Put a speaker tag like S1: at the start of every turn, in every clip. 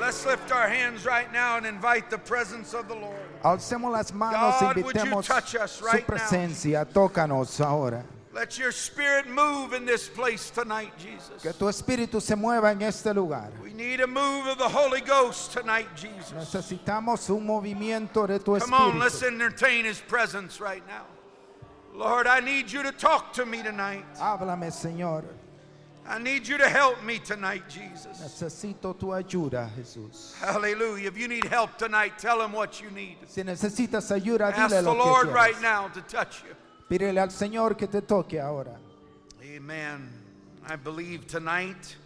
S1: Let's lift our hands right now and invite the presence of the Lord.
S2: Alcemos las manos,
S1: God, would you
S2: invitemos
S1: touch us
S2: su
S1: right now?
S2: presencia, tócanos ahora.
S1: Let your spirit move in this place tonight, Jesus.
S2: Que tu espíritu se mueva en este lugar.
S1: We need a move of the Holy Ghost tonight, Jesus.
S2: Necesitamos un movimiento de tu
S1: Come on, let's
S2: espíritu.
S1: entertain his presence right now. Lord, I need you to talk to me tonight.
S2: Háblame, Señor.
S1: I need you to help me tonight, Jesus.
S2: Necesito tu ayuda, Jesús.
S1: Hallelujah. If you need help tonight, tell him what you need.
S2: Si necesitas ayuda,
S1: Ask the
S2: dile lo que
S1: Lord
S2: quieras.
S1: right now to touch you.
S2: Pídele al Señor que te toque ahora.
S1: Amen. I believe tonight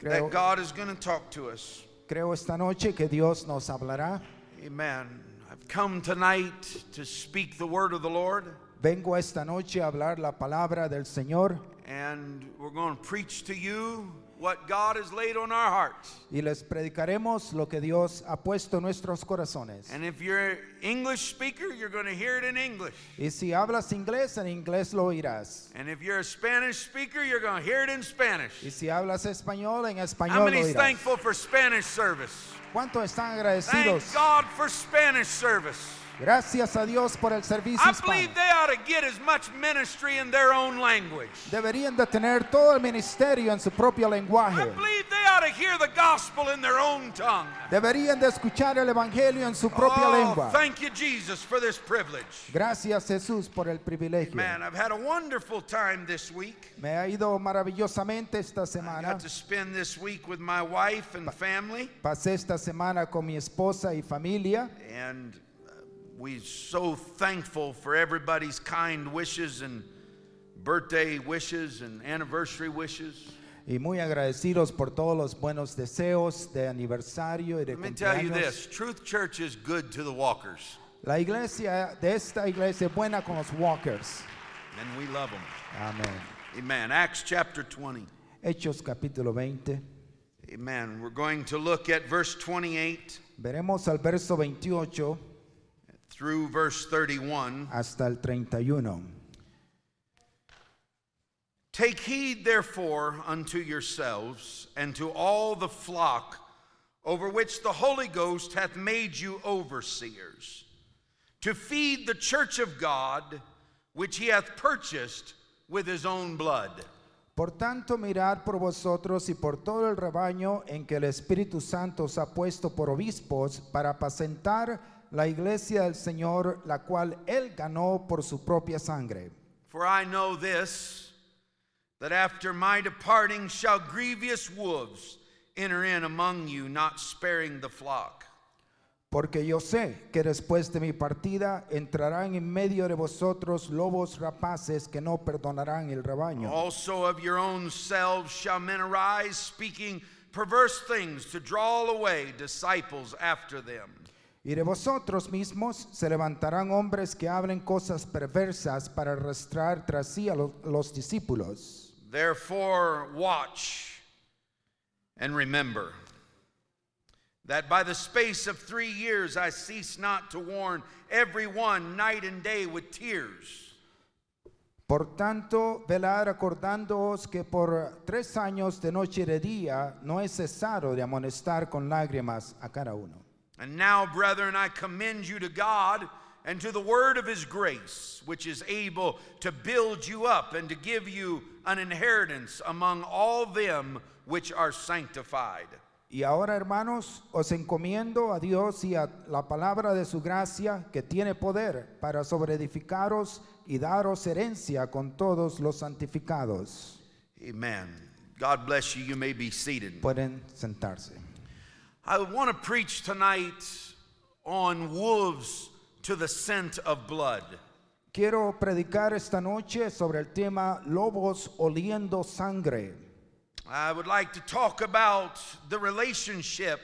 S2: Creo,
S1: that God is going to talk to us.
S2: creo esta noche que Dios nos hablará.
S1: Amen. I've come tonight to speak the word of the Lord,
S2: Vengo esta noche a hablar la palabra del Señor
S1: and we're going to preach to you what God has laid on our hearts.
S2: y les predicaremos lo que Dios ha puesto en nuestros corazones.
S1: And if you're English speaker, you're going to hear it in English.
S2: Y si hablas inglés, en inglés lo oirás.
S1: And if you're a Spanish speaker, you're going to hear it in Spanish.
S2: Y si hablas español, en
S1: How
S2: español lo
S1: many's
S2: oirás.
S1: thankful for Spanish service?
S2: ¿Cuánto están
S1: Thank
S2: agradecidos?
S1: God for Spanish service.
S2: Gracias a Dios por el servicio
S1: I believe
S2: hispano.
S1: they ought to get as much ministry in their own language.
S2: Deberían de tener todo el ministerio en su propio
S1: I
S2: lenguaje.
S1: believe they ought to hear the gospel in their own tongue.
S2: Deberían de escuchar el evangelio en su propia
S1: oh,
S2: lengua.
S1: Thank you, Jesus, for this privilege.
S2: Gracias Jesús por el privilegio.
S1: Man, I've had a wonderful time this week.
S2: Me ha ido maravillosamente esta
S1: I
S2: semana.
S1: got to spend this week with my wife and family,
S2: Pasé esta semana con mi esposa y familia.
S1: and uh, we're so thankful for everybody's kind wishes and birthday wishes and anniversary wishes.
S2: Y muy agradecidos por todos los buenos deseos de aniversario y de
S1: Let me tell you
S2: cumpleaños.
S1: this Truth Church is good to the walkers,
S2: La iglesia de esta iglesia es buena con los walkers.
S1: and we love them.
S2: Amén.
S1: Amen. Acts chapter 20.
S2: Hechos capítulo 20.
S1: Amen. We're going to look at verse 28
S2: Veremos al verso 28
S1: through verse 31.
S2: hasta el 31.
S1: Take heed, therefore, unto yourselves and to all the flock over which the Holy Ghost hath made you overseers, to feed the church of God, which he hath purchased with his own blood.
S2: Por tanto, mirad por vosotros y por todo el rebaño en que el Espíritu Santo os ha puesto por obispos para apacentar la iglesia del Señor, la cual él ganó por su propia sangre.
S1: For I know this, that after my departing shall grievous wolves enter in among you, not sparing the flock.
S2: Porque yo sé que después de mi partida entrarán en medio de vosotros lobos rapaces que no perdonarán el rebaño.
S1: Also of your own selves shall men arise, speaking perverse things to draw away disciples after them.
S2: Y de vosotros mismos se levantarán hombres que hablen cosas perversas para arrastrar tras sí a lo- los discípulos.
S1: Therefore, watch and remember that by the space of three years I cease not to warn everyone night and day with tears.
S2: Por tanto, velad acordándoos que por tres años de noche y de día no he cesado de amonestar con lágrimas a cada uno.
S1: And now, brethren, I commend you to God and to the word of his grace, which is able to build you up and to give you an inheritance among all them which are sanctified.
S2: Y ahora, hermanos, os encomiendo a Dios y a la palabra de su gracia que tiene poder para sobreedificaros y daros herencia con todos los santificados.
S1: Amen. God bless you. You may be seated.
S2: Pueden sentarse.
S1: I want to preach tonight on wolves to the scent of blood.
S2: Quiero predicar esta noche sobre el tema lobos oliendo sangre.
S1: I would like to talk about the relationship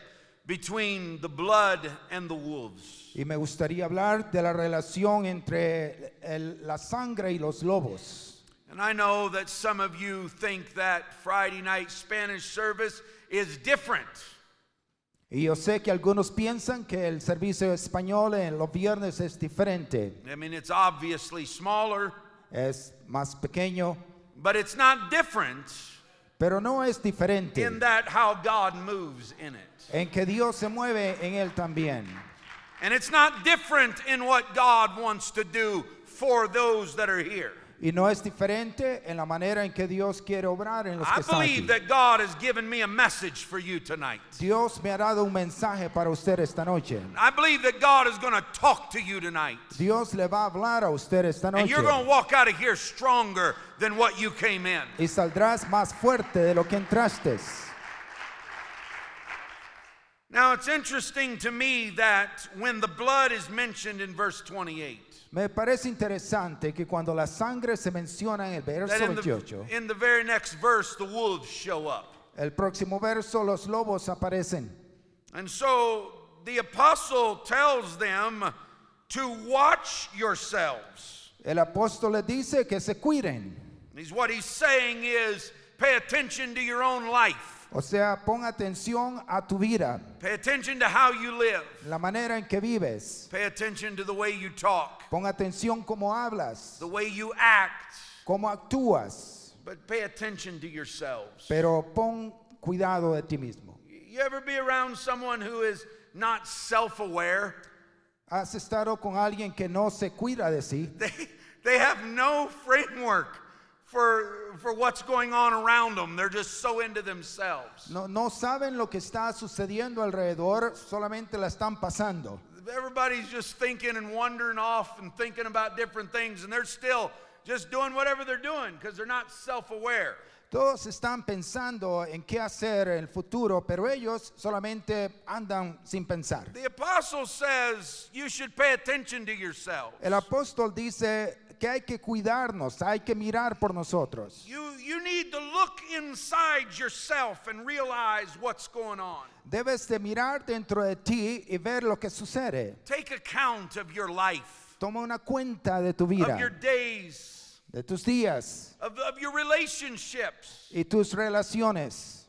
S1: between the blood and the wolves.
S2: Y me gustaría hablar de la relación entre el- la sangre y los lobos.
S1: And I know that some of you think that Friday night Spanish service is different.
S2: Y yo sé que algunos piensan que el servicio español en los viernes es diferente,
S1: I mean, it's obviously smaller,
S2: es más pequeño,
S1: but it's not different
S2: pero no es diferente
S1: in that how God moves in it.
S2: en que Dios se mueve en él también.
S1: And it's not different in what God wants to do for those that are here.
S2: Y no es diferente en la manera en que Dios quiere obrar en los que
S1: I
S2: están
S1: believe
S2: aquí.
S1: that God has given me a message for you tonight.
S2: Dios me ha dado un mensaje para usted esta noche.
S1: I believe that God is going to talk to you tonight.
S2: Dios le va a hablar a usted esta
S1: And
S2: noche.
S1: you're going to walk out of here stronger than what you came in.
S2: Y saldrás más fuerte de lo que entraste.
S1: Now, it's interesting to me that when the blood is mentioned in verse 28,
S2: Me parece interesante que cuando la sangre se menciona en el
S1: that
S2: verso
S1: in the,
S2: 28,
S1: in the very next verse, the wolves show up.
S2: el próximo verso los lobos aparecen.
S1: And so the apostle tells them to watch yourselves.
S2: El apóstol le dice que se cuiden.
S1: He's, what he's saying is pay attention to your own life,
S2: O sea, pon atención a tu vida,
S1: pay attention to how you live,
S2: la manera en que vives.
S1: pay attention to the way you talk,
S2: Pon atención cómo hablas,
S1: the way you act,
S2: cómo actúas,
S1: but pay attention to yourselves.
S2: pero pon cuidado de ti mismo.
S1: You ever be around someone who is not self aware?
S2: Has estado con alguien que no se cuida de sí.
S1: They, they have no framework for, for what's going on around them, they're just so into themselves.
S2: No, no saben lo que está sucediendo alrededor, solamente la están pasando.
S1: Everybody's just thinking and wandering off and thinking about different things, and they're still just doing whatever they're doing because they're not self aware.
S2: Todos están pensando en qué hacer en el futuro, pero ellos solamente andan sin pensar.
S1: The apostle says you should pay attention to yourself.
S2: El apóstol dice que hay que cuidarnos, hay que mirar por nosotros.
S1: You, you need to look inside yourself and realize what's going on.
S2: Debes de mirar dentro de ti y ver lo que sucede.
S1: Take account of your life,
S2: Toma una cuenta de tu
S1: of your
S2: vida,
S1: days,
S2: de tus días
S1: of, of your relationships.
S2: y tus relaciones.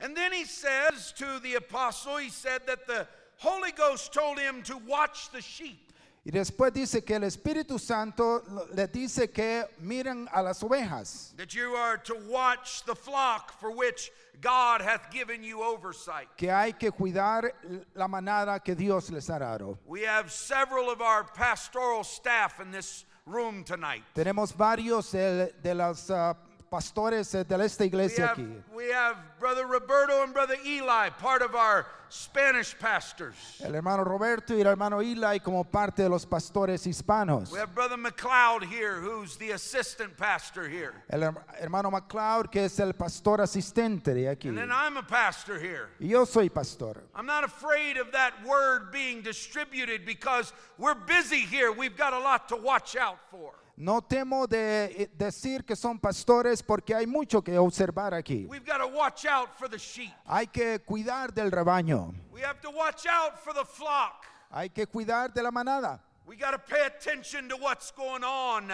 S1: And then he says to the apostle, he said that the Holy Ghost told him to watch the sheep.
S2: Y después dice que el Espíritu Santo lo- le dice que miren a las ovejas,
S1: that you are to watch the flock for which God hath given you oversight.
S2: que hay que cuidar la manada que Dios les ha dado.
S1: We have several of our pastoral staff in this room tonight.
S2: Tenemos varios del- de, los ah, pastores eh, de esta
S1: We
S2: iglesia
S1: have,
S2: aquí.
S1: we have Brother Roberto and Brother Eli, part of our Spanish pastors.
S2: El hermano Roberto y el hermano Eli como parte de los pastores hispanos.
S1: We have Brother McLeod here, who's the assistant pastor here.
S2: El her- hermano McLeod que es el pastor asistente de aquí.
S1: And then I'm a pastor here.
S2: Y yo soy pastor.
S1: I'm not afraid of that word being distributed because we're busy here. We've got a lot to watch out for.
S2: No temo de eh, decir que son pastores porque hay mucho que observar aquí.
S1: We've got to watch out for the sheep.
S2: Hay que cuidar del rebaño.
S1: We have to watch out for the flock.
S2: Hay que cuidar de la manada.
S1: We got to pay attention to what's going on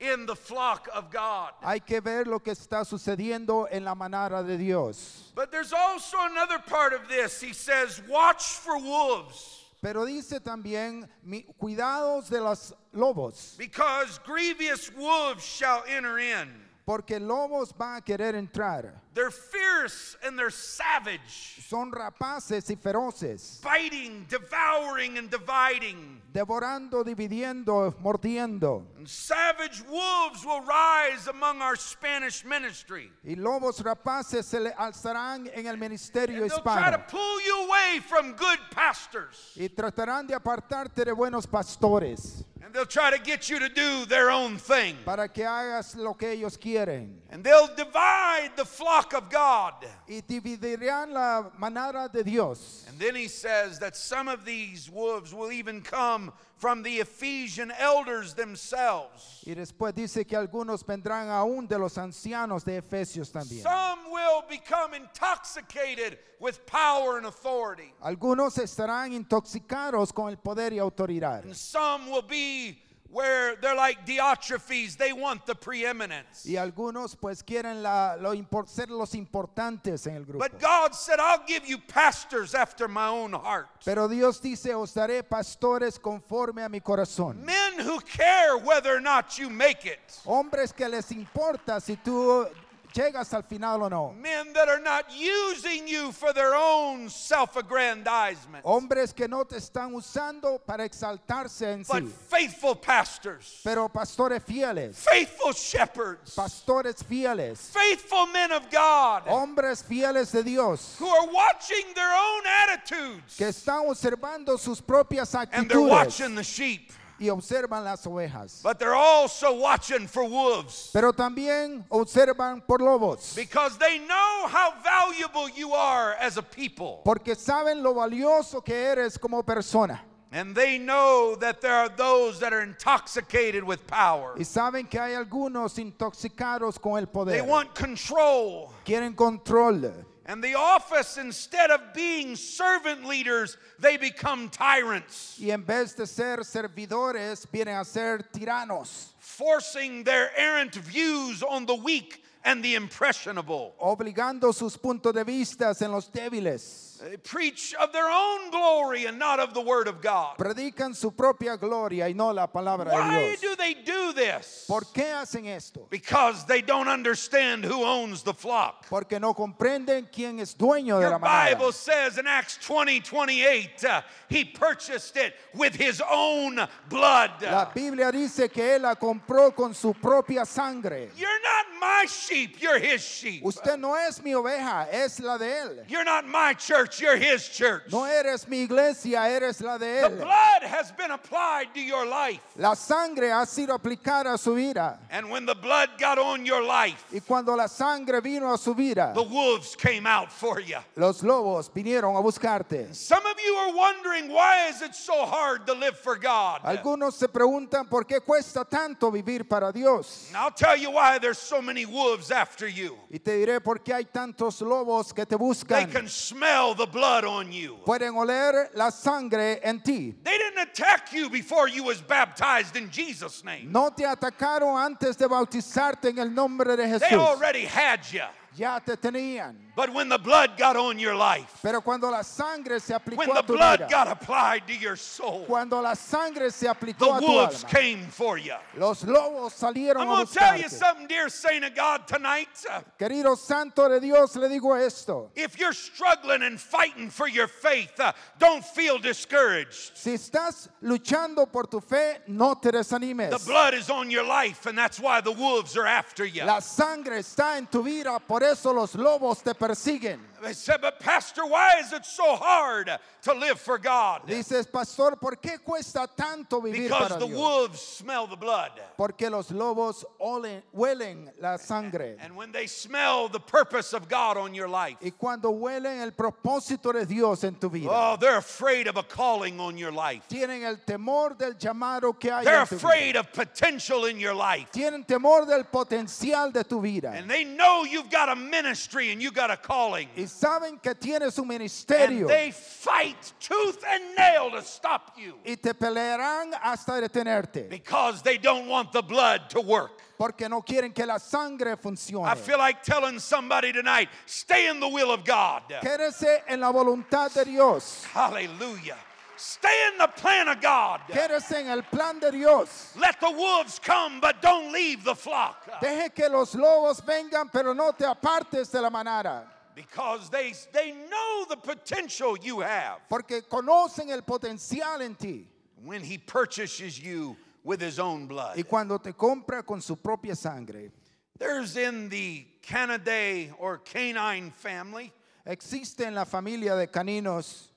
S1: in the flock of God.
S2: Hay que ver lo que está sucediendo en la manada de Dios.
S1: But there's also another part of this. He says, Watch for wolves,
S2: Pero dice también, mi- cuidados de los lobos,
S1: because grievous wolves shall enter in.
S2: porque lobos van a querer entrar.
S1: They're fierce and they're savage,
S2: Son rapaces y feroces,
S1: biting, devouring, and dividing.
S2: devorando, dividiendo, mordiendo.
S1: And savage wolves will rise among our Spanish ministry.
S2: Y lobos rapaces se le alzarán en el ministerio
S1: And they'll try to
S2: hispano
S1: pull you away from good pastors.
S2: y tratarán de apartarte de buenos pastores
S1: And they'll try to get you to do their own thing.
S2: para que hagas lo que ellos quieren.
S1: And they'll divide the flock of God.
S2: Y dividirán la manada de Dios.
S1: And then he says that some of these wolves will even come from the Ephesian elders themselves.
S2: Y después dice que algunos vendrán aún de los ancianos de Efesios también.
S1: Some will become intoxicated with power and authority.
S2: Algunos estarán intoxicados con el poder y autoridad.
S1: And some will be where they're like Diotrephes, they want the preeminence.
S2: Y algunos pues quieren la- lo impor- ser los importantes en el grupo.
S1: But God said, I'll give you pastors after my own heart.
S2: Pero Dios dice, os daré pastores conforme a mi corazón. Oh.
S1: Men who care whether or not you make it.
S2: Hombres que les importa si tú llegas al final o no.
S1: Men that are not using you for their own self aggrandizement,
S2: Hombres que no te están usando para exaltarse en
S1: but
S2: sí,
S1: faithful pastors,
S2: pero pastores fieles,
S1: faithful shepherds,
S2: pastores fieles,
S1: faithful men of God
S2: hombres fieles de Dios
S1: who are watching their own attitudes
S2: que están observando sus propias
S1: and they're
S2: actitudes
S1: watching the sheep,
S2: y observan las ovejas,
S1: but they're also watching for wolves
S2: pero también observan por lobos,
S1: because they know how valuable you are as a people.
S2: porque saben lo valioso que eres como persona
S1: And they know that there are those that are intoxicated with power.
S2: y saben que hay algunos intoxicados con el
S1: They
S2: poder,
S1: want control.
S2: quieren control.
S1: And the office, instead of being servant leaders, they become tyrants,
S2: Y en vez de ser servidores, vienen a ser tiranos,
S1: forcing their errant views on the weak and the impressionable.
S2: obligando sus puntos de vista en los débiles.
S1: They preach of their own glory and not of the Word of God.
S2: Predican su propia gloria y no la palabra de
S1: Why
S2: Dios.
S1: do they do this?
S2: ¿Por qué hacen esto?
S1: Because they don't understand who owns the flock.
S2: Porque no comprenden quién es dueño de
S1: Your
S2: la manada.
S1: Bible says in Acts 20 28, uh, he purchased it with his own blood.
S2: La Biblia dice que él la compró con su propia sangre.
S1: You're not my sheep, you're his sheep.
S2: Usted no es mi oveja, es la de él.
S1: You're not my church, you're his church.
S2: No eres mi iglesia, eres la de
S1: The
S2: él.
S1: blood has been applied to your life.
S2: La sangre ha sido aplicada a su vida.
S1: And when the blood got on your life,
S2: Y cuando la sangre vino a su vida,
S1: the wolves came out for you.
S2: los lobos vinieron a buscarte.
S1: Some of you are wondering why is it so hard to live for God?
S2: Algunos se preguntan por qué cuesta tanto vivir para Dios.
S1: And I'll tell you why there's so many wolves after you.
S2: Y te diré por qué hay tantos lobos que
S1: They
S2: te buscan.
S1: can smell the blood on you.
S2: Pueden oler la sangre en ti.
S1: They didn't attack you before you was baptized in Jesus' name.
S2: No te atacaron antes de bautizarte en el nombre de
S1: They
S2: Jesús.
S1: already had you.
S2: Ya te tenían.
S1: But when the blood got on your life,
S2: Pero cuando la sangre se
S1: when
S2: aplicó
S1: the
S2: a tu
S1: blood
S2: vida,
S1: got applied to your soul,
S2: cuando la sangre se aplicó
S1: the
S2: a tu
S1: wolves
S2: alma,
S1: came for you.
S2: los lobos salieron
S1: I'm
S2: a
S1: going to tell you
S2: buscarte.
S1: something, dear saint of God, tonight. Uh,
S2: Querido santo de Dios, le digo esto.
S1: If you're struggling and fighting for your faith, uh, don't feel discouraged.
S2: Si estás luchando por tu fe, no te desanimes.
S1: The blood is on your life, and that's why the wolves are after you.
S2: La sangre está en tu vida, por eso los lobos te persiguen.
S1: They said, But, Pastor, why is it so hard to live for God?
S2: Dices, pastor, ¿por qué cuesta tanto vivir
S1: Because
S2: para
S1: the
S2: Dios?
S1: wolves smell the blood.
S2: Porque los lobos olen- huelen la sangre.
S1: And when they smell the purpose of God on your life,
S2: y cuando huelen el propósito de Dios en tu vida,
S1: oh, they're afraid of a calling on your life.
S2: tienen el temor del llamado que hay
S1: They're
S2: en tu vida.
S1: afraid of potential in your life.
S2: Tienen temor del potencial de tu vida.
S1: And they know you've got a ministry and you got a calling.
S2: y saben que tienes un ministerio.
S1: And they fight tooth and nail to stop you
S2: y te pelearán hasta detenerte.
S1: because they don't want the blood to work.
S2: Porque no quieren que la sangre funcione.
S1: I feel like telling somebody tonight stay in the will of God.
S2: Quédese en la voluntad de Dios.
S1: Hallelujah. Stay in the plan of God.
S2: Quédese en el plan de Dios.
S1: Let the wolves come, but don't leave the flock.
S2: Deje que los lobos vengan, pero no te apartes de la manada.
S1: Because they, they know the potential you have
S2: Porque conocen el potencial en ti.
S1: when he purchases you with his own blood.
S2: Y cuando te compra con su propia sangre.
S1: There's in the Canidae or canine family,
S2: Existe en la familia de caninos,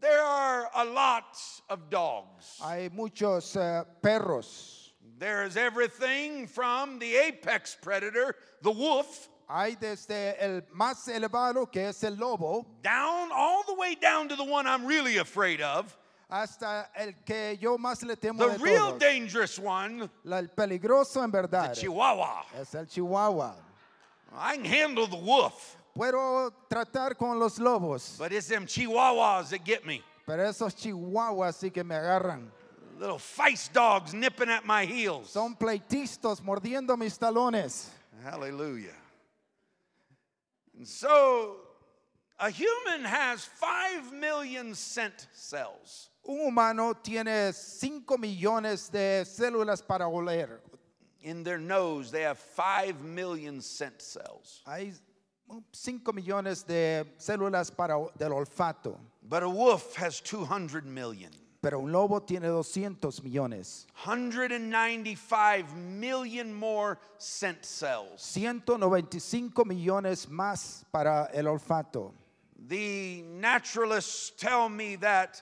S1: there are a lot of dogs.
S2: hay muchos eh, perros.
S1: There's everything from the apex predator, the wolf,
S2: Hay desde el más elevado, que es el lobo,
S1: down all the way down to the one I'm really afraid of,
S2: hasta el que yo más le temo
S1: the
S2: de
S1: real
S2: todos.
S1: dangerous one,
S2: La- el peligroso en verdad
S1: Chihuahua.
S2: es el chihuahua.
S1: I can handle the wolf,
S2: Puedo tratar con los lobos,
S1: but it's them Chihuahuas that get me.
S2: pero esos chihuahuas sí que me agarran.
S1: little feist dogs nipping at my heels.
S2: Son pleitistas mordiendo mis talones.
S1: Hallelujah. And so a human has 5 million scent cells.
S2: Un humano tiene 5 millones de células para oler.
S1: in their nose, they have 5 million scent cells.
S2: Hay 5 millones de células para, del olfato,
S1: But a wolf has 200 million.
S2: pero un lobo tiene 200 millones.
S1: 195 million more scent cells.
S2: 195 millones más para el olfato.
S1: The naturalists tell me that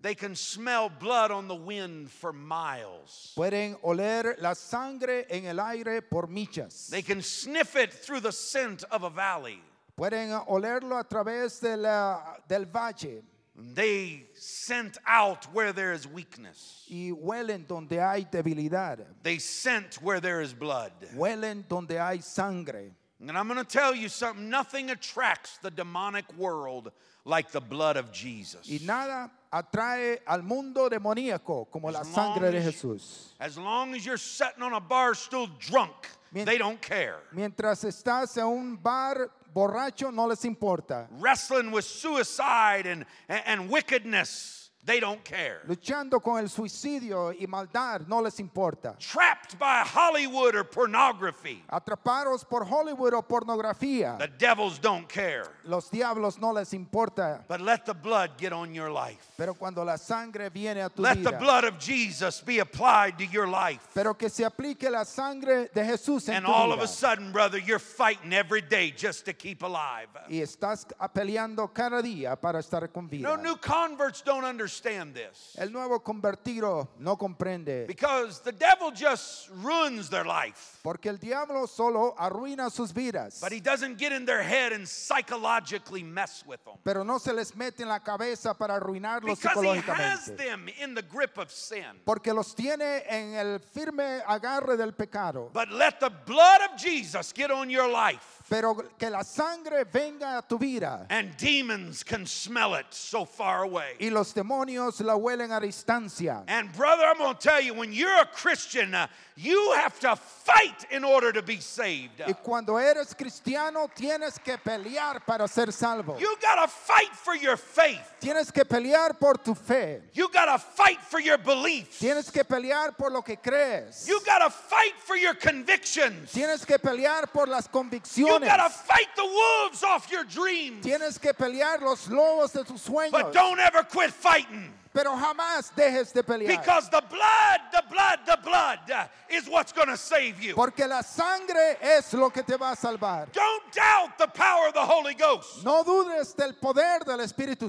S1: they can smell blood on the wind for miles.
S2: Pueden oler la sangre en el aire por millas.
S1: They can sniff it through the scent of a valley.
S2: Pueden olerlo a través de la- del valle
S1: They scent out where there is weakness.
S2: y huelen donde hay debilidad.
S1: They scent where there is blood.
S2: Huelen donde hay sangre.
S1: And I'm going to tell you something nothing attracts the demonic world like the blood of Jesus.
S2: Y nada atrae al mundo demoníaco como la
S1: As
S2: sangre
S1: long
S2: de
S1: as-
S2: Jesús.
S1: As long as you're sitting on a bar stool drunk,
S2: Mien-
S1: they don't care.
S2: Mientras estás en un bar borracho no les importa.
S1: Wrestling with suicide and, and, and wickedness, they don't care.
S2: Luchando con el suicidio y maldad no les importa.
S1: Trapped by Hollywood or pornography,
S2: Atraparos por Hollywood o pornografía.
S1: the devils don't care.
S2: Los diablos no les importa.
S1: But let the blood get on your life.
S2: Pero cuando la sangre viene a tu
S1: Let the
S2: vida.
S1: blood of Jesus be applied to your life.
S2: pero que se aplique la sangre de Jesús en
S1: And
S2: tu
S1: all of
S2: vida.
S1: a sudden, brother, you're fighting every day just to keep alive.
S2: y estás peleando cada día para estar con vida.
S1: No new converts don't understand this
S2: El nuevo convertido no comprende.
S1: because the devil just ruins their life.
S2: Porque el diablo solo arruina sus vidas.
S1: But he doesn't get in their head and psychologically mess with them.
S2: Pero no se les mete en la cabeza para arruinarlos
S1: Because he has
S2: psicológicamente.
S1: them in the grip of sin.
S2: Porque los tiene en el firme agarre del pecado.
S1: But let the blood of Jesus get on your life.
S2: Pero que la sangre venga a tu vida.
S1: And demons can smell it so far away.
S2: Y los demonios la huelen a distancia.
S1: And brother, I'm going to tell you, when you're a Christian, uh, you have to fight in order to be saved.
S2: Y cuando eres cristiano tienes que pelear para ser salvo.
S1: You got to fight for your faith.
S2: Tienes que pelear por tu fe.
S1: You got to fight for your beliefs.
S2: Tienes que pelear por lo que crees.
S1: You got to fight for your convictions.
S2: Tienes que pelear por las
S1: You
S2: convicciones.
S1: got to fight the wolves off your dreams.
S2: Tienes que pelear los lobos de tus sueños.
S1: But don't ever quit fighting
S2: Pero jamás dejes de pelear.
S1: because the blood, the blood, the blood uh, is what's going to save you.
S2: Porque la sangre es lo que te va a salvar.
S1: Don't doubt the power of the Holy Ghost.
S2: No dudes del poder del Espíritu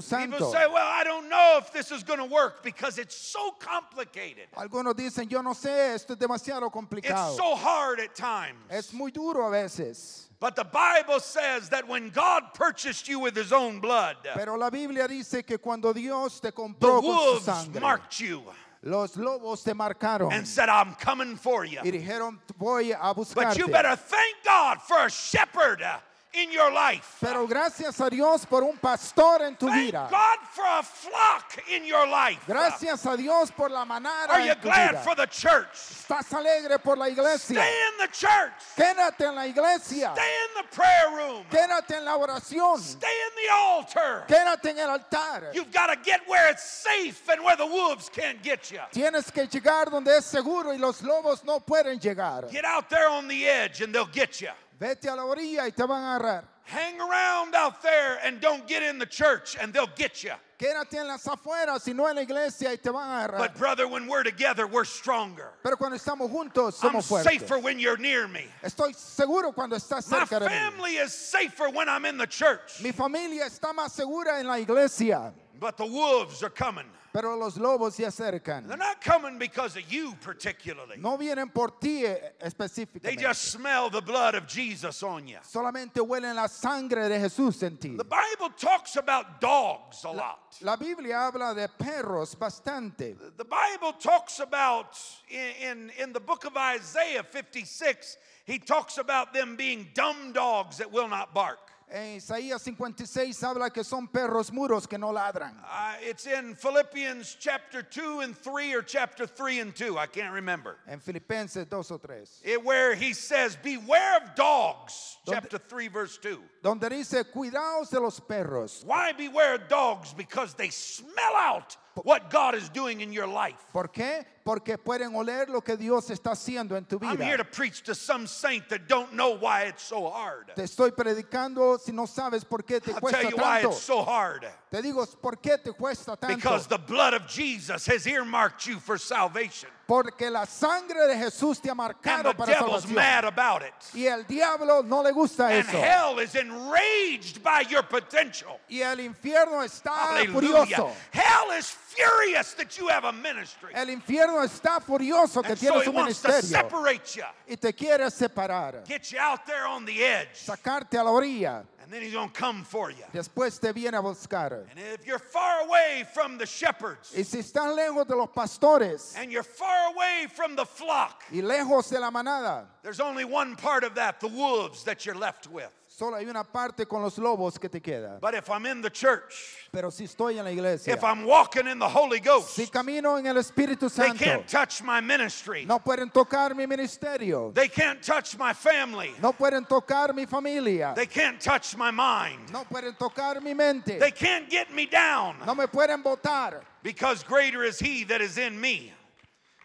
S1: People
S2: Santo.
S1: say, well, I don't know if this is going to work because it's so complicated.
S2: Algunos dicen, yo no sé, esto es demasiado
S1: It's
S2: complicado.
S1: so hard at times.
S2: Es muy duro a veces.
S1: But the Bible says that when God purchased you with his own blood,
S2: Pero la Biblia dice que cuando Dios te
S1: the
S2: compró con su
S1: wolves
S2: sangre, Oh.
S1: marked you
S2: los lobos te marcaron
S1: and said, I'm coming for you.
S2: y dijeron, voy a
S1: But you
S2: buscarte.
S1: better thank God for a shepherd uh, in your life.
S2: Pero gracias a Dios por un pastor en tu
S1: Thank
S2: vida.
S1: God for a flock in your life.
S2: Gracias a Dios por la manada
S1: Are you
S2: en tu
S1: glad
S2: vida.
S1: for the church?
S2: Estás alegre por la iglesia.
S1: Stay in the church.
S2: Quédate en la iglesia.
S1: Stay in the prayer room.
S2: Quédate en la oración.
S1: Stay in the altar.
S2: Quédate en el altar.
S1: You've got to get where it's safe and where the wolves can't get you.
S2: Tienes que llegar donde es seguro y los lobos no pueden llegar.
S1: Get out there on the edge and they'll get you.
S2: Vete a la orilla y te van a agarrar.
S1: Hang around out there and don't get in the church and they'll get you.
S2: Quédate en las afueras y no en la iglesia y te van a agarrar.
S1: But, brother, when we're together, we're stronger.
S2: Pero cuando estamos juntos
S1: I'm
S2: somos fuertes.
S1: safer when you're near me.
S2: Estoy seguro cuando estás
S1: My
S2: cerca de mí.
S1: family is safer when I'm in the church.
S2: Mi familia está más segura en la iglesia,
S1: But the wolves are coming.
S2: pero los lobos se acercan.
S1: They're not coming because of you, particularly.
S2: No vienen por ti eh,
S1: They
S2: específicamente.
S1: just smell the blood of Jesus on you.
S2: Solamente huelen la sangre de Jesús en ti.
S1: The Bible talks about dogs a lot.
S2: La Biblia habla de perros bastante.
S1: The Bible talks about in, in, in the book of Isaiah 56, he talks about them being dumb dogs that will not bark.
S2: En Isaías 56 habla que son perros muros que no ladran.
S1: Uh, it's in Philippians chapter 2 and 3 or chapter 3 and 2, I can't remember.
S2: En Filipenses 2 o 3.
S1: It, where he says, Beware of dogs, chapter 3, verse 2.
S2: Donde dice, cuidaos de los perros.
S1: Why beware of dogs? Because they smell out what God is doing in your life.
S2: ¿Por qué? porque pueden oler lo que Dios está haciendo en tu
S1: I'm here to
S2: vida.
S1: preach to some saint that don't know why it's so hard.
S2: Te estoy predicando si no sabes por qué te
S1: I'll
S2: cuesta
S1: tell you why
S2: tanto.
S1: it's so hard.
S2: Te digo por qué te cuesta tanto.
S1: Because the blood of Jesus has earmarked you for salvation.
S2: Porque la sangre de Jesús te ha
S1: And
S2: marcado
S1: the
S2: para
S1: devil's
S2: salvación.
S1: mad about it.
S2: Y el diablo no le gusta
S1: And
S2: eso.
S1: hell is enraged by your potential.
S2: Y el infierno está
S1: Hallelujah.
S2: Ah, furioso.
S1: Hell is furious that you have a ministry.
S2: El infierno está furioso que
S1: And so
S2: tienes
S1: he
S2: un
S1: wants to
S2: ministerio
S1: separate you,
S2: y te quiere separar,
S1: get you out there on the edge,
S2: sacarte a la orilla.
S1: and then he's going to come for you.
S2: Después te viene a buscar.
S1: And if you're far away from the shepherds,
S2: Y si estás lejos de los pastores
S1: and you're far away from the flock,
S2: y lejos de la manada,
S1: there's only one part of that the wolves that you're left with.
S2: solo hay una parte con los lobos que te queda.
S1: But if I'm in the church,
S2: Pero si estoy en la iglesia,
S1: if I'm walking in the Holy Ghost,
S2: si camino en el Espíritu
S1: they
S2: Santo,
S1: can't touch my ministry,
S2: no pueden tocar mi ministerio,
S1: they can't touch my family,
S2: no pueden tocar mi familia,
S1: they can't touch my mind,
S2: no pueden tocar mi mente,
S1: they can't get me down.
S2: no me pueden votar,
S1: Because greater is he that is in me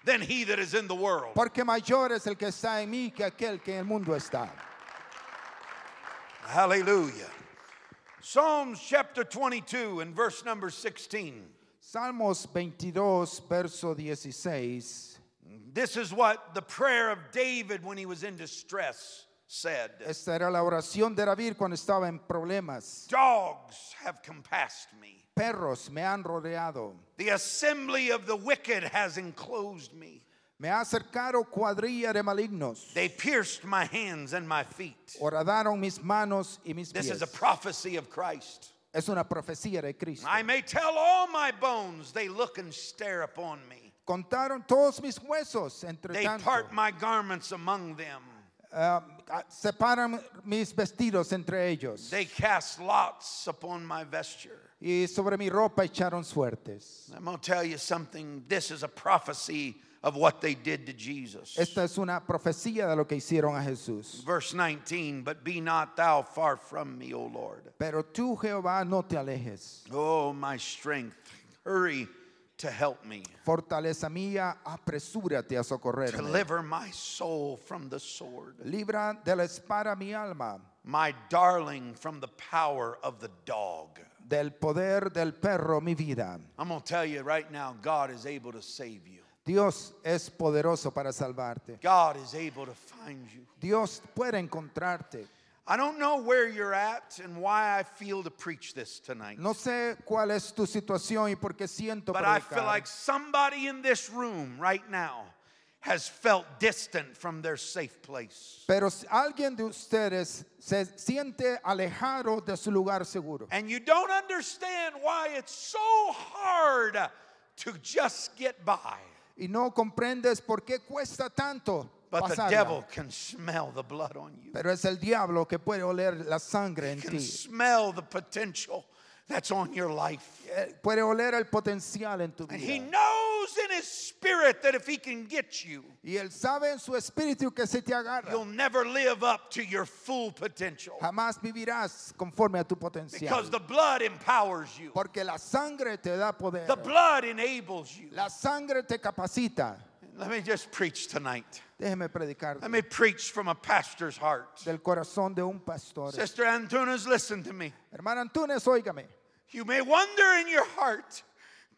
S1: than he that is in the world.
S2: porque mayor es el que está en mí que aquel que en el mundo está.
S1: Hallelujah. Psalms chapter 22 and verse number 16.
S2: Salmos 22, verso 16.
S1: This is what the prayer of David when he was in distress said
S2: Esta era la oración de David cuando estaba en problemas.
S1: Dogs have compassed me,
S2: Perros me han rodeado.
S1: the assembly of the wicked has enclosed me.
S2: Me ha acercado cuadrilla de malignos.
S1: They pierced my hands and my feet.
S2: Horadaron mis manos y mis
S1: This
S2: pies.
S1: is a prophecy of Christ.
S2: Es una profecía de Cristo.
S1: I may tell all my bones, they look and stare upon me.
S2: Contaron todos mis huesos, entre
S1: They
S2: tanto.
S1: part my garments among them.
S2: Ah, ah, separan mis vestidos entre ellos.
S1: They cast lots upon my vesture.
S2: y sobre mi ropa echaron suertes.
S1: I'm going to tell you something. This is a prophecy of what they did to Jesus.
S2: Esta es una profecía de lo que hicieron a Jesús.
S1: Verse 19, but be not thou far from me, O Lord.
S2: Pero tú, Jehová, no te alejes.
S1: O my strength, hurry to help me.
S2: Fortaleza mía, apresúrate a socorrerme.
S1: Deliver my soul from the sword,
S2: Libra de la espada mi alma,
S1: my darling from the power of the dog.
S2: del poder del perro mi vida.
S1: I'm going to tell you right now, God is able to save you.
S2: Dios es poderoso para salvarte.
S1: God is able to find you.
S2: Dios puede encontrarte.
S1: I don't know where you're at and why I feel to preach this tonight.
S2: No sé cuál es tu situación y por qué siento
S1: But I
S2: predicar,
S1: feel like somebody in this room right now has felt distant from their safe place.
S2: pero si alguien de ustedes se siente alejado de su lugar seguro
S1: And you don't understand why it's so hard to just get by.
S2: y no comprendes por qué cuesta tanto
S1: But the
S2: pasarla.
S1: devil can smell the blood on you.
S2: pero es el diablo que puede oler la sangre en
S1: Can
S2: ti.
S1: smell the potential that's on your life.
S2: Eh, puede oler el potencial en tu
S1: And he
S2: vida.
S1: knows in his spirit that if he can get you,
S2: Y él sabe en su espíritu que se te agarra.
S1: you'll never live up to your full potential.
S2: Jamás vivirás conforme a tu potencial.
S1: Because the blood empowers you.
S2: Porque la sangre te da poder.
S1: The blood enables you.
S2: La sangre te capacita.
S1: Let me just preach tonight.
S2: Déjeme predicar
S1: Let me preach from a pastor's heart.
S2: del corazón de un pastor.
S1: Sister Antunas, listen to me.
S2: Hermana Antunes, óigame.
S1: You may wonder in your heart,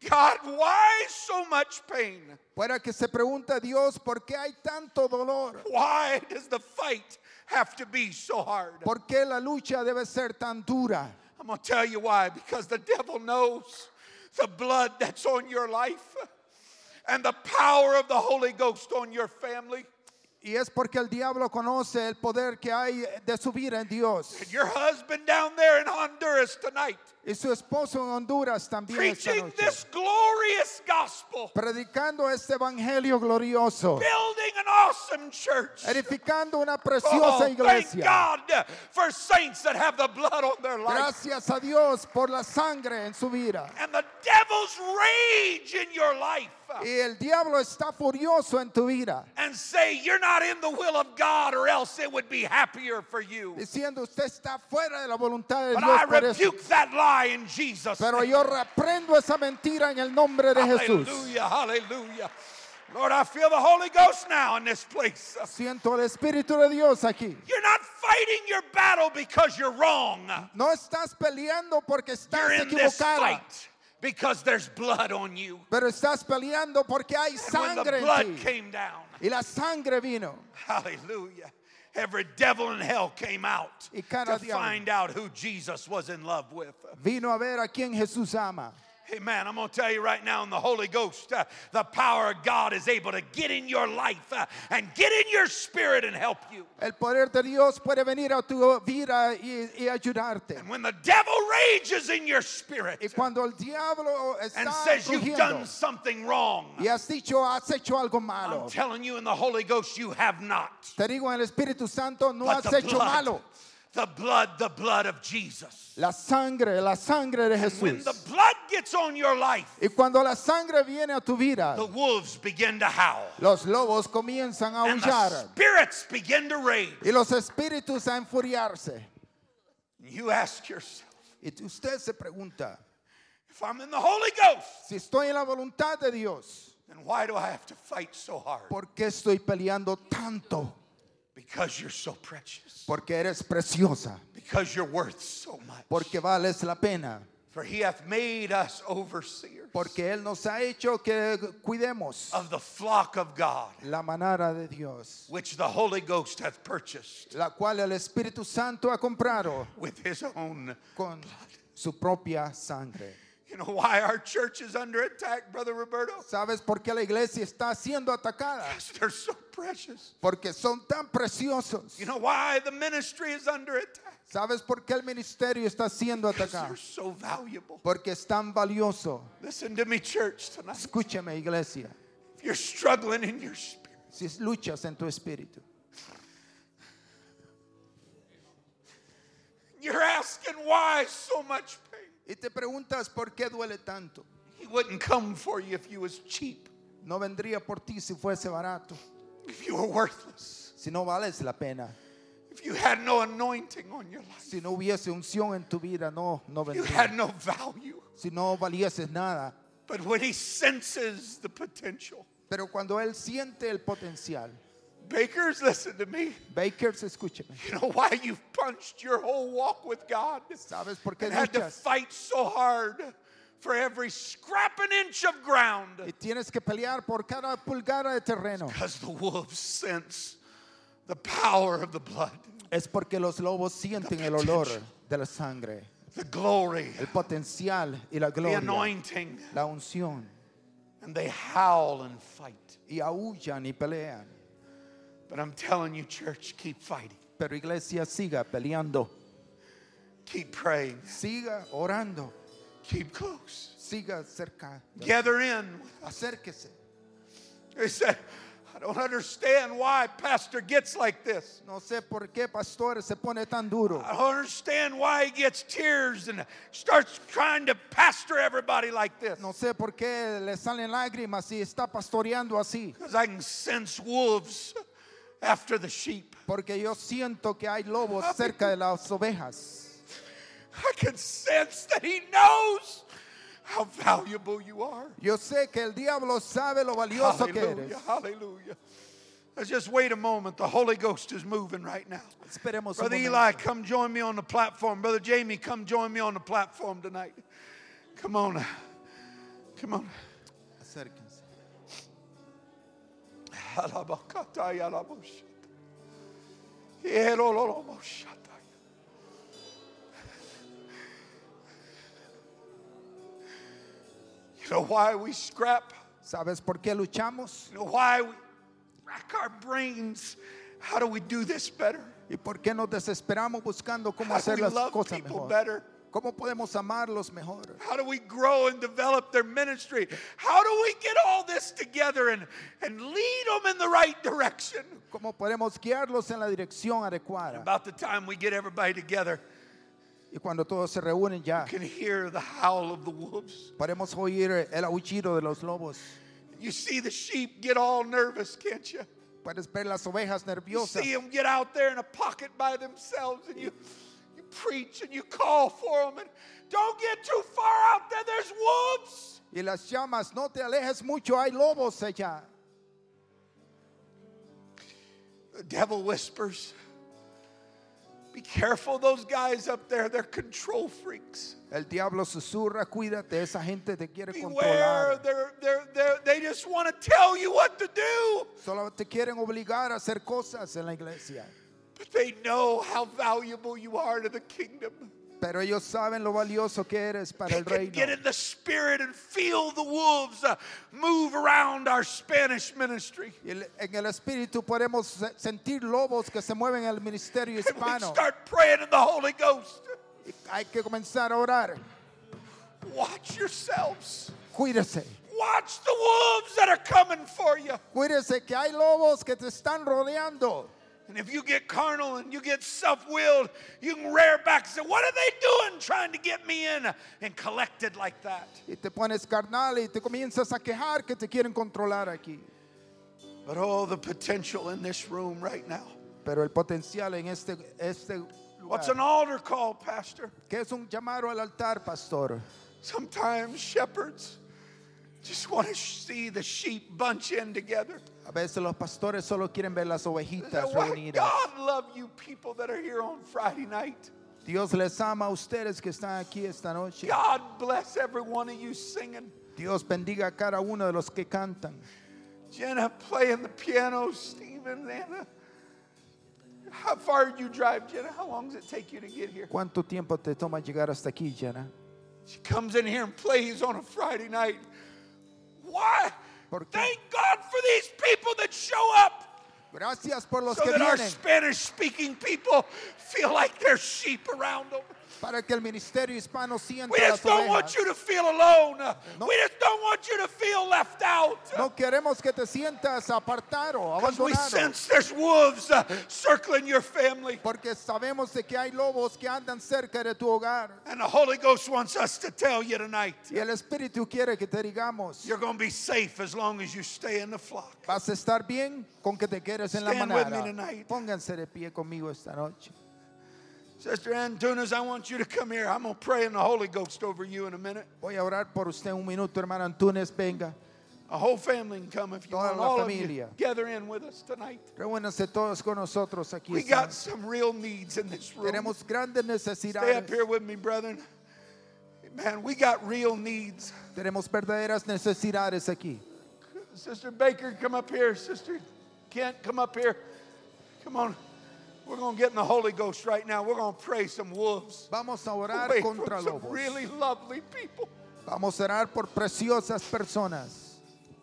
S1: God, why so much pain?
S2: Fuera que se pregunta a Dios por qué hay tanto dolor.
S1: Why does the fight have to be so hard?
S2: ¿Por qué la lucha debe ser tan dura?
S1: I'm going to tell you why. Because the devil knows the blood that's on your life and the power of the Holy Ghost on your family.
S2: Y es porque el diablo conoce el poder que hay de su vida en Dios.
S1: And your husband down there in Honduras tonight.
S2: Y su esposo en Honduras también esta
S1: preaching
S2: noche.
S1: this glorious gospel,
S2: Predicando este evangelio glorioso.
S1: building an awesome church.
S2: Edificando una
S1: Oh,
S2: preciosa
S1: thank
S2: iglesia.
S1: God for saints that have the blood on their life.
S2: Gracias a Dios por la sangre en su vida.
S1: And the devil's rage in your life
S2: Y el diablo está furioso en tu vida.
S1: and say, You're not in the will of God, or else it would be happier for you.
S2: Diciendo, usted está fuera de la voluntad de
S1: But
S2: Dios
S1: I
S2: por eso.
S1: rebuke that lie in Jesus'
S2: Pero
S1: name.
S2: yo reprendo esa mentira en el nombre de Jesús.
S1: Hallelujah, hallelujah. Lord, I feel the Holy Ghost now in this place.
S2: Siento el Espíritu de Dios aquí.
S1: You're not fighting your battle because you're wrong.
S2: No estás peleando porque estás
S1: You're in this
S2: equivocada,
S1: fight because there's blood on you.
S2: pero estás peleando porque hay
S1: And when the
S2: sangre en
S1: blood
S2: ti.
S1: came down,
S2: Y la sangre vino.
S1: hallelujah. Every devil in hell came out to
S2: Y cada diablo.
S1: find out who Jesus was in love with.
S2: Vino a ver a quien Jesús ama.
S1: Amen. I'm going to tell you right now in the Holy Ghost, uh, the power of God is able to get in your life uh, and get in your spirit and help you.
S2: El poder de Dios puede venir a tu vida y, y ayudarte.
S1: And when the devil rages in your spirit
S2: Y cuando el diablo
S1: and
S2: está
S1: says you've
S2: rugiendo
S1: done something wrong,
S2: y has dicho, has hecho algo malo,
S1: I'm telling you in the Holy Ghost, you have not.
S2: te digo en el Espíritu Santo, no
S1: But
S2: has
S1: the
S2: hecho
S1: blood,
S2: malo.
S1: the blood, the blood of Jesus.
S2: La sangre, la sangre de
S1: When the
S2: Jesús.
S1: blood gets on your life,
S2: Y cuando la sangre viene a tu vida,
S1: the wolves begin to howl.
S2: los lobos comienzan a
S1: And the
S2: aullar
S1: spirits begin to rage.
S2: y los espíritus a enfuriarse.
S1: You ask yourself,
S2: Y t- usted se pregunta,
S1: if I'm in the Holy Ghost,
S2: si estoy en la voluntad de Dios,
S1: then why do I have to fight so hard?
S2: ¿por qué estoy peleando tanto?
S1: Because you're so precious.
S2: Porque eres preciosa,
S1: Because you're worth so much.
S2: porque vales la pena,
S1: For he hath made us overseers
S2: porque Él nos ha hecho que cuidemos
S1: of the flock of God,
S2: la manada de Dios,
S1: which the Holy Ghost hath purchased
S2: la cual el Espíritu Santo ha comprado
S1: with his own.
S2: con su propia sangre.
S1: You know why our church is under attack, Brother Roberto?
S2: ¿Sabes por qué la iglesia está siendo atacada?
S1: Because they're so precious.
S2: Porque son tan preciosos.
S1: You know why the ministry is under attack?
S2: ¿Sabes por qué el ministerio está siendo
S1: Because
S2: atacado?
S1: they're so valuable.
S2: Porque es tan valioso.
S1: Listen to me, church, tonight.
S2: Escúchame, iglesia.
S1: If you're struggling in your spirit,
S2: Si luchas en tu espíritu,
S1: you're asking why so much pain.
S2: y te preguntas por qué duele tanto,
S1: He wouldn't come for you if you was cheap,
S2: no vendría por ti si fuese barato,
S1: if you were worthless,
S2: si no vales la pena,
S1: if you had no anointing on your life,
S2: si no hubiese unción en tu vida, no, no
S1: if you
S2: vendría.
S1: had no value.
S2: Si no valieses nada.
S1: But when he senses the potential,
S2: Pero cuando él siente el potencial,
S1: bakers, listen to me.
S2: Bakers, escúchame.
S1: You know why you've punched your whole walk with God
S2: ¿Sabes por qué
S1: and had to
S2: luchas?
S1: fight so hard for every scrap an inch of ground?
S2: Y tienes que pelear por cada pulgada de terreno.
S1: Because the wolves sense the power of the blood,
S2: Es porque los lobos sienten el olor de la sangre,
S1: the glory,
S2: el potencial y la
S1: the
S2: gloria,
S1: anointing,
S2: la unción.
S1: and they howl and fight.
S2: Y aullan y pelean.
S1: But I'm telling you, church, keep fighting,
S2: Pero iglesia, siga peleando,
S1: keep praying,
S2: siga orando,
S1: keep close,
S2: siga cerca.
S1: gather in.
S2: Acérquese.
S1: They said, I don't understand why Pastor gets like this.
S2: No sé por qué, pastor, se pone tan duro.
S1: I don't understand why he gets tears and starts trying to pastor everybody like this.
S2: No sé por qué le salen lágrimas y está pastoreando así.
S1: Because I can sense wolves after the sheep.
S2: Porque yo siento que hay lobos cerca de las ovejas.
S1: I can sense that he knows how valuable you are.
S2: Yo sé que el diablo sabe lo valioso que eres.
S1: Hallelujah, hallelujah. Let's just wait a moment. The Holy Ghost is moving right now.
S2: Esperemos un
S1: Brother
S2: momento.
S1: Eli, come join me on the platform. Brother Jamie, come join me on the platform tonight. Come on. Come on.
S2: Acérquense.
S1: Alabakataya laboshata. Yerololoboshata. You know why we scrap?
S2: ¿Sabes por qué luchamos?
S1: You know why we rack our brains? How do we do this better?
S2: ¿Y por qué nos desesperamos buscando cómo
S1: How do
S2: hacer
S1: we
S2: las
S1: love
S2: cosas
S1: people
S2: mejor?
S1: better?
S2: ¿Cómo podemos amarlos mejor?
S1: How do we grow and develop their ministry? How do we get all this together and, and lead them in the right direction?
S2: ¿Cómo podemos guiarlos en la dirección adecuada?
S1: About the time we get everybody together,
S2: Y cuando todos se reúnen ya,
S1: can hear the howl of the wolves.
S2: podemos oír el aullido de los lobos.
S1: You see the sheep get all nervous, can't you?
S2: Puedes ver las ovejas
S1: You
S2: nerviosas.
S1: see them get out there in a pocket by themselves, and you you preach and you call for them, and don't get too far out there. There's wolves.
S2: Y las llamas, no te alejes mucho, hay lobos allá.
S1: The devil whispers. Be careful, those guys up there, they're control freaks.
S2: El diablo susurra, cuídate, esa gente te quiere
S1: Beware,
S2: controlar.
S1: they're, they're, they're, they just want to tell you what to do,
S2: Solo te quieren obligar a hacer cosas en la iglesia.
S1: but they know how valuable you are to the kingdom.
S2: Pero ellos saben lo valioso que eres para
S1: They
S2: el
S1: can get
S2: reino.
S1: in the spirit and feel the wolves uh, move around our Spanish ministry.
S2: Y el- En el espíritu podemos se- sentir lobos que se mueven en el ministerio
S1: And we
S2: hispano.
S1: start praying in the Holy Ghost.
S2: Hay que comenzar a orar.
S1: Watch yourselves.
S2: Cuídese.
S1: Watch the wolves that are coming for you.
S2: Cuídese que hay lobos que te están rodeando.
S1: And if you get carnal and you get self willed, you can rear back and say, What are they doing trying to get me in and collected like that?
S2: Y te pones carnal y te comienzas a quejar que te quieren controlar aquí.
S1: But oh, the potential in this room right now.
S2: Pero el potencial en este, este
S1: What's an
S2: lugar,
S1: altar call, Pastor?
S2: que es un llamado al altar, pastor.
S1: Sometimes shepherds just want to see the sheep bunch in together.
S2: A veces los pastores solo quieren ver las
S1: Now,
S2: ovejitas
S1: why
S2: reunidas.
S1: God love you people that are here on Friday night.
S2: Dios les ama a ustedes que están aquí esta noche.
S1: God bless every one of you singing.
S2: Dios bendiga a cada uno de los que cantan.
S1: Jenna playing the piano, Stephen, Anna. How far did you drive, Jenna? How long does it take you to get here?
S2: ¿Cuánto tiempo te toma llegar hasta aquí, Jenna?
S1: She comes in here and plays on a Friday night. Why?
S2: ¿Por qué?
S1: Thank God for these people that show up
S2: Gracias por los
S1: so
S2: que
S1: that our
S2: vienen.
S1: Spanish speaking people feel like there's sheep around them.
S2: Para que el ministerio hispano sienta
S1: We just
S2: las
S1: don't want
S2: ovejas.
S1: you to feel alone.
S2: No.
S1: We just don't want you to feel left out.
S2: No queremos que te sientas apartado,
S1: Because we
S2: abandonado.
S1: sense there's wolves uh, circling your family.
S2: Porque sabemos de que hay lobos que andan cerca de tu hogar.
S1: And the Holy Ghost wants us to tell you tonight
S2: Y el Espíritu quiere que te digamos,
S1: you're going to be safe as long as you stay in the flock.
S2: vas a estar bien con que te quedes en la
S1: Stand with me
S2: manada.
S1: tonight.
S2: Pónganse de pie conmigo esta noche.
S1: Sister Antunes, I want you to come here. I'm going to pray in the Holy Ghost over you in a minute.
S2: Voy a orar por usted un minuto, hermano Antunes, venga.
S1: A whole family can come if you
S2: Toda
S1: want.
S2: la
S1: All of you
S2: familia.
S1: gather in with us tonight.
S2: Reúnanse todos con nosotros aquí.
S1: We
S2: esta
S1: got
S2: noche.
S1: some real needs in this room.
S2: Tenemos grandes
S1: Stay up
S2: necesidades.
S1: here with me, brethren. Man, we got real needs.
S2: Tenemos verdaderas necesidades aquí.
S1: Sister Baker, come up here. Sister Kent, come up here. Come on. We're going to get in the Holy Ghost right now. We're going to pray some wolves.
S2: Vamos a orar
S1: away from
S2: contra
S1: some
S2: lobos.
S1: really lovely people.
S2: Vamos a orar por preciosas personas.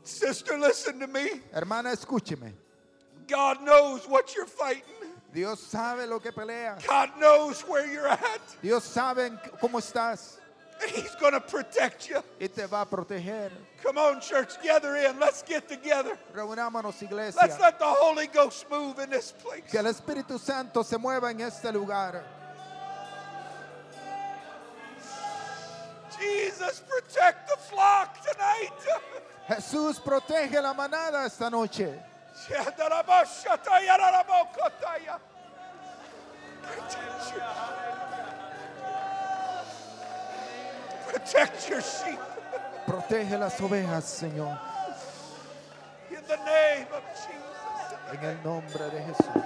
S1: Sister, listen to me.
S2: Hermana, escúcheme.
S1: God knows what you're fighting.
S2: Dios sabe lo que pelea.
S1: God knows where you're at.
S2: Dios sabe en- cómo estás
S1: And He's going to protect you.
S2: y te va a proteger.
S1: Come on, church, gather in. Let's get together.
S2: Reunámonos,
S1: Let's
S2: iglesia.
S1: let the Holy Ghost move in this place.
S2: Que el Espíritu Santo se mueva en este lugar.
S1: Jesus, protect the flock tonight.
S2: Jesús protege la manada esta noche.
S1: Shadarabashatayarabokotaya. Protect your Protect your sheep
S2: Protege las ovejas, Señor.
S1: in the name of Jesus.
S2: En el nombre de Jesús.